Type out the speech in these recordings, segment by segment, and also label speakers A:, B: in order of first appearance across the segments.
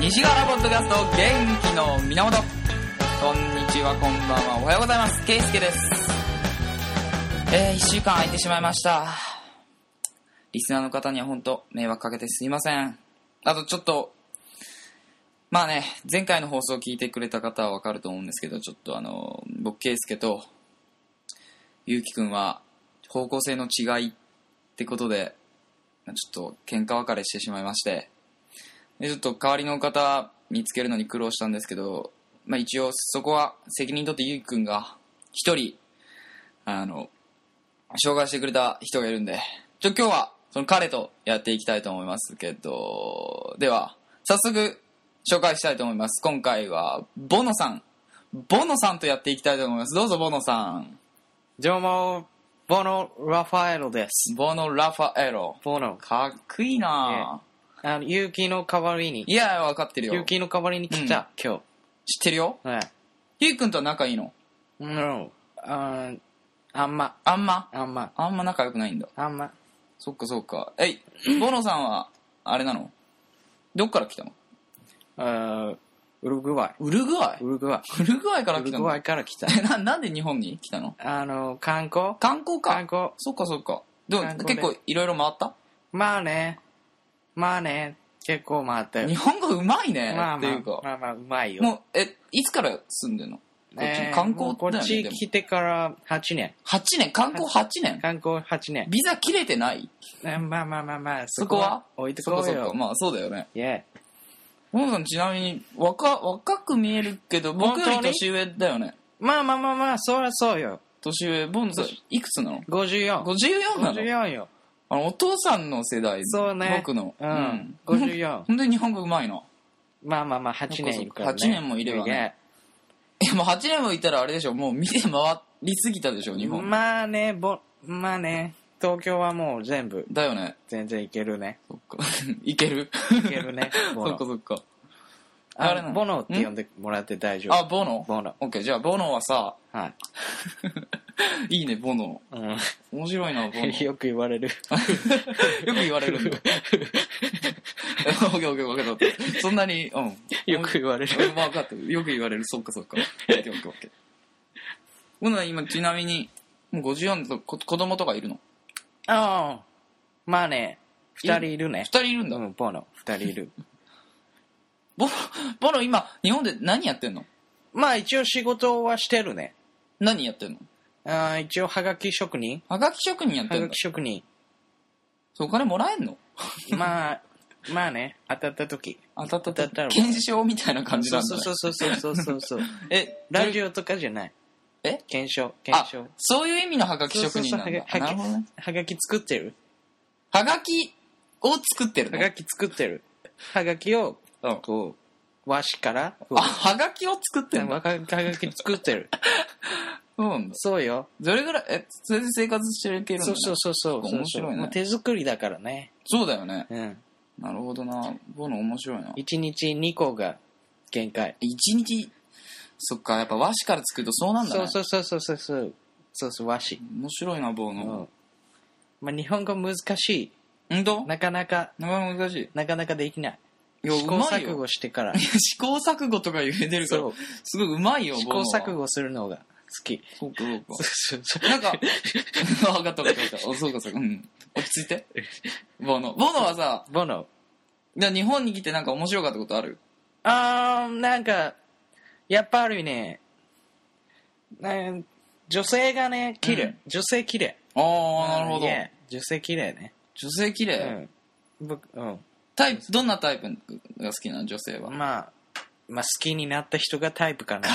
A: 西側のポッドキャスト元気の源こんにちはこんばんはおはようございますケイスケですえー、1週間空いてしまいましたリスナーの方には本当迷惑かけてすいませんあとちょっとまあね前回の放送を聞いてくれた方はわかると思うんですけどちょっとあの僕ケイスケとゆうきくんは方向性の違いってことでちょっと喧嘩別れしてしまいましてでちょっと代わりの方見つけるのに苦労したんですけど、まあ、一応そこは責任取ってゆうきくんが一人あの紹介してくれた人がいるんでちょ今日はその彼とやっていきたいと思いますけどでは早速紹介したいと思います今回はボノさんボノさんとやっていきたいと思いますどうぞボノさん
B: どうも、ボノ・ラファエロです。
A: ボノ・ラファエロ
B: ボノ、
A: かっこいいなぁ
B: あの、勇気の代わりに、
A: いやいや分かってるよ知
B: 勇
A: っ
B: 気の代わりに来た、今
A: てるよ
B: 日。はい。
A: ゆうきくんとは仲いいの
B: No, あーあんま、
A: あんま
B: あんま、
A: あんま仲良くないんだ
B: あんま。
A: そっかそっか。えい、ボノさんは、あれなのどっから来たの
B: あーウルグアイ。
A: ウルグアイ
B: ウルグアイ。
A: ウルグアイから
B: ウル
A: 来た
B: グ
A: の
B: アイから来た。
A: えな、なんで日本に来たの
B: あの、観光
A: 観光か。
B: 観光。
A: そっかそっか。でも
B: 観光
A: 結
B: で
A: 構いろいろ回った
B: まあね、まあね、結構回ったよ
A: 日。本語うまいね、
B: まあ
A: って
B: ま
A: い
B: あ
A: うか、。
B: まあまあ、うまいよ。
A: もう、え、いつから住んでんのこっち、
B: えー
A: 観光
B: もうこ
A: だ
B: っ
A: よね。
B: ち
A: でも
B: 来てから8年。
A: 8年、観光8年
B: 観光8年。
A: ビザ切れてない
B: えーまあまあまあまあ、
A: そこは
B: 置いて
A: そっ
B: こ
A: か
B: う
A: そっか。
B: よ。
A: まあそうだよね。
B: イェイ。
A: ボノさんちなみに若、若く見えるけど、僕より
B: 本当に
A: 年上だよね。
B: まあまあまあまあ、そりゃそうよ。
A: 年上、ボノさんいくつなの
B: 54。
A: 54なの
B: 54よ。
A: あのお父さんの世代
B: そうね。
A: 僕の、
B: うん。
A: うん
B: 54。
A: 本当に日本語うまいな
B: まあまあまあ、8年いるからね。
A: 8年もいればねいやもう8年もいたらあれでしょもう見て回りすぎたでしょ
B: い
A: 日
B: や。
A: 本、
B: まあね、ぼ、まあね、東京はもう全部、
A: だよね
B: 全然いけるね。
A: そっか いける。
B: いけるね
A: そ
B: ボ
A: っか
B: ノ。
A: そっかあ
B: あ
A: れなの
B: のボノって呼んでもらって大丈夫。
A: あボノ
B: ボノ。
A: オッケーじゃあボノはさ
B: はい。
A: いいねボノ
B: う
A: 面白いなボノ
B: ん。 よく言わ れる。
A: よく言われるんだ よオッケーオッケーオッケーオッケーそんなにうん
B: よく言われる。
A: うん分かってるよく言われるそっかそっかオッケーオッケーオッケーほな今ちなみにもう54とこ子供とかいるの
B: ああ。まあね、二人いるね
A: 2。人いるんだ、
B: うん、ボノ、二人いる。
A: ボロ、ボロ今、日本で何やってんの
B: まあ一応仕事はしてるね。
A: 何やってんの
B: あー一応、はがき職人
A: はがき職人やって
B: は
A: ん
B: が
A: だ
B: き。職人。
A: そうお金もらえんの
B: まあ、 まあね、当たった時。
A: 当たった
B: 当たったら
A: 検証みたいな感じ
B: そ
A: な
B: うん
A: だ、
B: そ
A: ね。
B: うそうそうそうそう そう。
A: え、
B: ラジ
A: オ
B: オとかじゃない。
A: え
B: 検証、
A: あ
B: 検証。、
A: そういう意味のはがき職人なんだ。
B: そうそうそうはが
A: なるほどね。
B: はがき作ってる
A: はがきを作ってる
B: は
A: の
B: がき作ってる。はがきを、
A: うん
B: こう、和紙から、こ
A: あ、はがきを作っ
B: う
A: てるの
B: はがはがき作ってる。
A: そうなんだ。
B: そうよ。
A: どれぐらい、え、それで生活していけるんだ
B: そ
A: ね
B: うそうそうそう。
A: 面白いね
B: まあ手作りだからね。
A: そうだよね。
B: うん。
A: なるほどな。ボノ面白いな。
B: 一日二個が限界。
A: 一日、そっか、やっぱ和紙から作るとそうなんだね。
B: そうそうそうそうそうそう。そうそう、和紙。
A: 面白いな、ボ
B: う
A: ノ。
B: ん。まあ日本語難し
A: ほんと
B: い。なかなか、
A: なかなか難しい。
B: なかなかできない。
A: いや、
B: 試
A: う
B: 行
A: まい
B: 錯
A: よ。
B: 誤してから
A: い。や試行錯誤とか言えてるから
B: そう、
A: すごいうまいよ、
B: 試行錯
A: 誤。
B: 誤するのが好き。
A: そうか、そうか。
B: そうそう
A: なんか、 分かった分かった。おそうか、そうか。うん。落ち着いて。ボノ。ボノはさ、
B: ボノ。
A: いや日本に来てなんか面白かったことある
B: あー、なんか、やっぱりね、なん女性がね、綺麗、
A: うん
B: 女性綺麗。
A: ああ、なるほど。
B: いえ女性綺麗ね。
A: 女性綺
B: う
A: 麗。
B: ん。僕、うん。
A: タイプ、どんなタイプが好きなの女性は。か
B: まあ、まあ、好きになった人がタイプ かな。
A: っ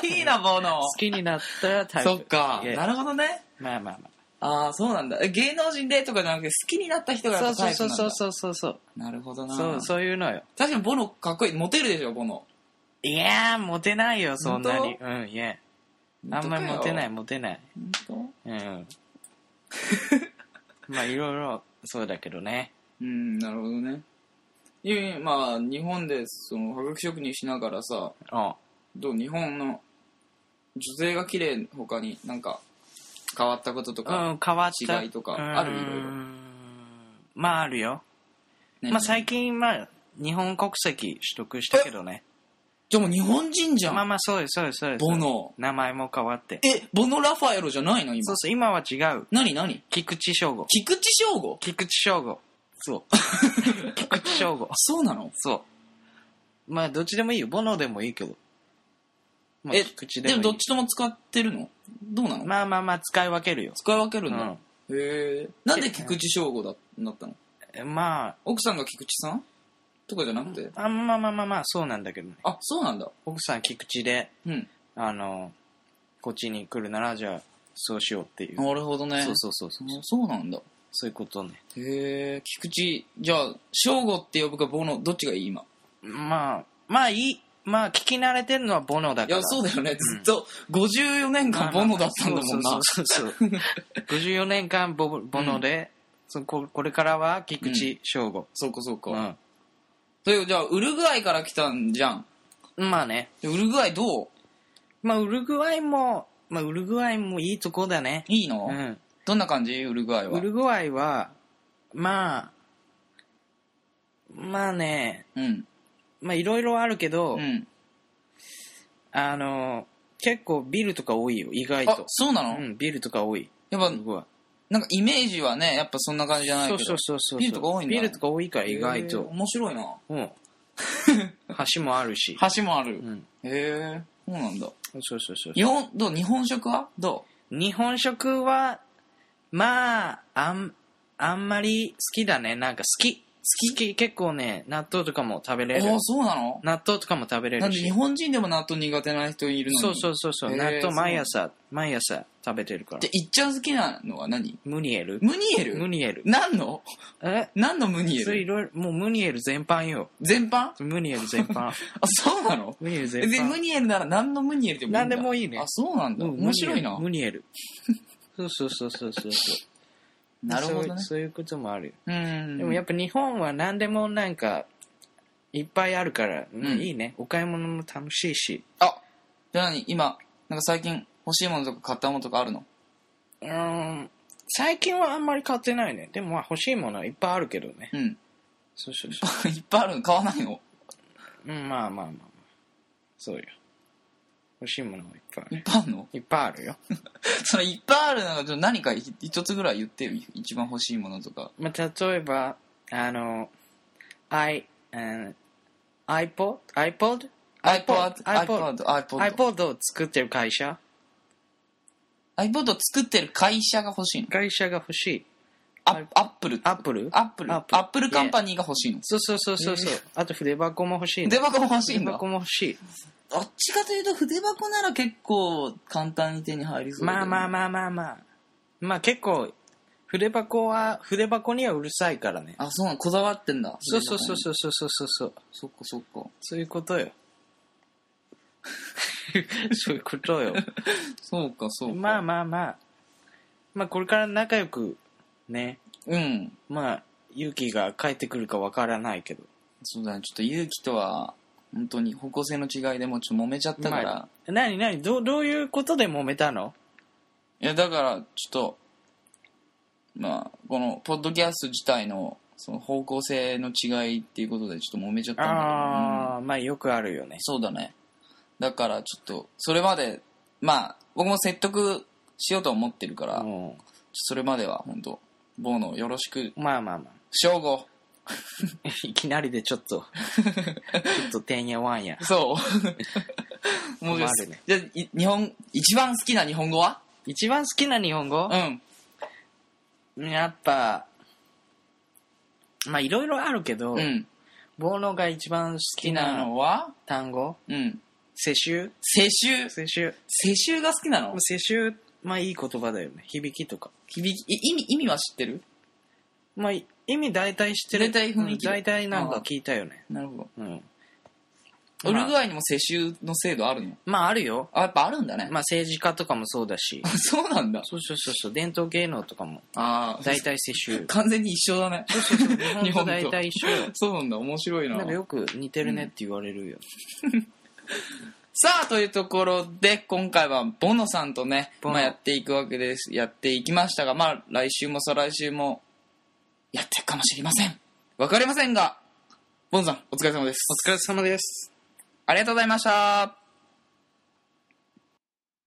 A: こいいな、ボノ
B: 好。きになったタイプ。
A: そっか。
B: いえ
A: なるほどね。
B: まあまあま
A: ああ、そうなんだ。え芸能人でとかじゃなくて、好きになった人が
B: あ。
A: や
B: そ
A: っ
B: う
A: ぱタイプな
B: そうん
A: だ
B: そうそうそうそう。
A: なるほどな。
B: そう、そういうのよ。
A: 確かにボノかっこいい。モテるでしょ、ボノ。
B: いやー、モテないよ、そんなに。
A: 本
B: うん、いや。あんまりモテない、モテない。
A: 本当。
B: うん。まあ、いろいろ、そうだけどね。
A: うん、なるほどね。いやいやまあ、日本で、その、破格職人しながらさ、
B: うん。
A: どう、日本の、女性が綺麗他になんか、変わったこととか、
B: うん、変わった。
A: 違いとかある
B: うーん
A: いろいろ
B: まあ、あるよ。
A: ね
B: まあ、最近、まあ、日本国籍取得したけどね。
A: じゃあもう日本人じゃん。
B: まあまあ、そうです、そうです、そうです。
A: ボノ
B: 名前も変わって。
A: え、ボノ・ラファエロじゃないの今
B: そう。そう、今は違う。
A: 何何
B: 菊池翔吾。
A: 菊池翔吾
B: 菊池翔吾。
A: そう。。
B: 菊池翔吾
A: そうなの
B: そう。まあ、どっちでもいいよ。ボノでもいいけど。まあ、
A: え
B: 菊池
A: で
B: でもいい。
A: もどっちとも使ってるのどうなの、
B: まあまあまあ、使い分けるよ。
A: 使い分ける
B: うん
A: だ。
B: ん
A: へえ。なんで菊池翔吾だなったの
B: え。まあ、
A: 奥さんが菊池さんとかじゃなくて。
B: あまあまあまあまあ、そうなんだけどね。
A: あ、そうなんだ。
B: 奥さん菊池で、
A: うん。
B: あの、こっちに来るなら、じゃあ、そうしようっていう。
A: なるほどね。
B: そうそうそうそう。
A: あそうなんだ。
B: そういうことね。
A: へえ、菊池、じゃあ、翔吾って呼ぶかボノ、どっちがいい今。
B: まあ、まあいい。まあ、聞き慣れてるのはボノだ
A: い
B: から。
A: や、そううだよね。ずっと54年間ボノだったんだもんな。
B: そうそ うそうそう。54年間ボボノで、そここれからは菊池翔吾。
A: そうかそうか。
B: うん。
A: それじゃあ、ウルグアイから来たんじゃん。
B: まあね。
A: でウルグアイどう
B: まあ、ウルグアイも、まあ、ウルグアイもいいとこだね。
A: いいの、
B: うん。
A: どんな感じウルグアイは。
B: ウルグアイは、まあ、まあね、
A: うん。
B: まあいろいろあるけど、
A: うん。
B: あの、結構ビルとか多いよ、意外
A: あ
B: と、。
A: そうな
B: う
A: の、
B: ん、ビルとか多い。
A: やっぱ
B: ウ、ルグアイ
A: なんかイメージはね、やっぱそんな感じじゃないけ
B: そ
A: ど。
B: うそうそうそう。
A: ビルとか多いんだ
B: ビルとか多いから意外
A: へえ
B: と。
A: 面白いな。
B: うん。橋もあるし。
A: 橋もある。
B: うん。
A: へえ、そうなんだ。
B: そうそうそう。
A: 日本、どう日本食はど
B: 日本食は、まあ、あん、あんまり好きだね。なんか好き。好き結構ね、納豆とかも食べ
A: う
B: れる
A: あ。あ、そうなの
B: 納豆とかも食べれ
A: なん
B: る
A: で
B: し。
A: 日本人でも納豆苦手な人いるのに。
B: そうそうそうそう。
A: へー
B: 納
A: そう
B: 豆毎朝、毎朝食べてるから
A: じゃ。あ、いっちゃん好きなのは何
B: ムニエル
A: ムニエ
B: ム
A: ル
B: ニエル。
A: 何の
B: え
A: 何のムニエ
B: それい
A: ル
B: ろいろ、もうムニエル全般よ。
A: 全般あ、
B: ムニエル全 般。
A: そうなの
B: ムニエル全
A: 別にム
B: 般。
A: ニエルなら何のムニエルでもいいんだ
B: 何でもいいね
A: あ、そうなんだ。
B: うん
A: 面白いな。
B: ムニエル。ムニエルそうそうそうそうそうそう。
A: なるほど
B: そう
A: ね。
B: そういうこともあるよ、
A: うん。
B: でもやっぱ日本は何でもなんかいっぱいあるから、うん
A: うん
B: いいねお買い物も楽しいし
A: あ、じゃあ何今、なんか最近欲しいものとか買ったものとかあるの
B: うーん最近はあんまり買ってないねでもまあ欲しいものはいっぱいあるけどね
A: うん。
B: そうそうそ
A: いっぱいあるの買わないの
B: う、うん、まあまあまあまあそうよ欲しいものはいっぱいあ
A: い
B: る
A: っぱいあるの
B: いっぱいあるよ、
A: それいっぱいあるのがちょっと何か一一つぐらい言ってよ。一番欲しいものとか。
B: まあ、例えばあの i、うん、iPod? iPod?
A: iPod、
B: iPod
A: iPod、iPod。
B: iPod を作ってる会社
A: iPod を作ってる会社が欲しいの
B: 会社が欲しい
A: アアップル。
B: アップル
A: アップル。
B: ア
A: ア
B: ップル
A: ップルカンパニーが欲しいの。
B: そうそうそうそうそう、
A: え
B: あと筆箱も欲しいね
A: 筆箱も欲しいん
B: 筆
A: だ
B: 箱。も欲しい
A: どっちかというと筆箱なら結構簡単に手に入りそうだけど
B: まあ
A: ね
B: まあまあまあまあまあ結構筆箱は筆箱にはうるさいからね
A: あ、そうなのこだわってんだ。
B: そうそうそう
A: 筆
B: そうそうそうそうそ
A: 箱に。そっ
B: う
A: かそっか。
B: そういうことよ そういうことよ
A: そうかそうか。
B: まあまあまあまあこれから仲良くね
A: うん。
B: まあ勇気が帰ってくるかわからないけど
A: そうだね。ちょっと勇気とは、本当に方向性の違いでもうちょっと揉めちゃったから。
B: まあ何何どうどういうことで揉めたの
A: いや、だから、ちょっと、まあ、この、ポッドキャスト自体の、その方向性の違いっていうことで、ちょっと揉めちゃったんだけど、うん
B: ああ、まあよくあるよね
A: そうだね。だから、ちょっと、それまで、まあ、僕も説得しようと思ってるから、ちょっと
B: うん
A: それまでは、本当ボーノ、よろしく、
B: まあまあまあ
A: 正吾。
B: いきなりでち ょっと、ちょっとてんやわんや。
A: そう。もう
B: 困るね
A: じゃあい日本、一番好きな日本語は
B: 一番好きな日本語
A: うん。
B: やっぱ、まあいろいろあるけど、
A: うん。
B: ボーノが一番好
A: 好
B: き
A: きな
B: な
A: のは
B: 単語
A: うん。
B: 世襲
A: 世襲。
B: 世襲
A: 世襲が好きなの
B: 世襲、まあいい言葉だよね。響きとか。
A: 響き、い意味、意味は知ってる
B: まあ意味大体知ってる。
A: 大体雰囲気
B: うん大体なんか聞いたよね。
A: なるほど。
B: うん。
A: ウルグ
B: アイ
A: アイにも世襲の制度あるの
B: まああるよ。
A: あ、やっぱあるんだね。。
B: まあ政治家とかもそうだし
A: そうなんだ。
B: そうそうそうそう。伝統芸能とかも
A: ああ、。
B: 大体世襲
A: 完全に一緒だね。
B: 日本と大体一緒よ。
A: そうなんだ、面白いな
B: なん。かよく似てるねって言われるよ。
A: さあ、というところで、今回はボノさんとね、
B: ボノ
A: まあやっていくわけです。やっていきましたが、まあ来週も再来週も、やっていくかもしれません。わかりませんが、ボンさん、お疲れ様です。
B: お疲れ様です。
A: ありがとうございました。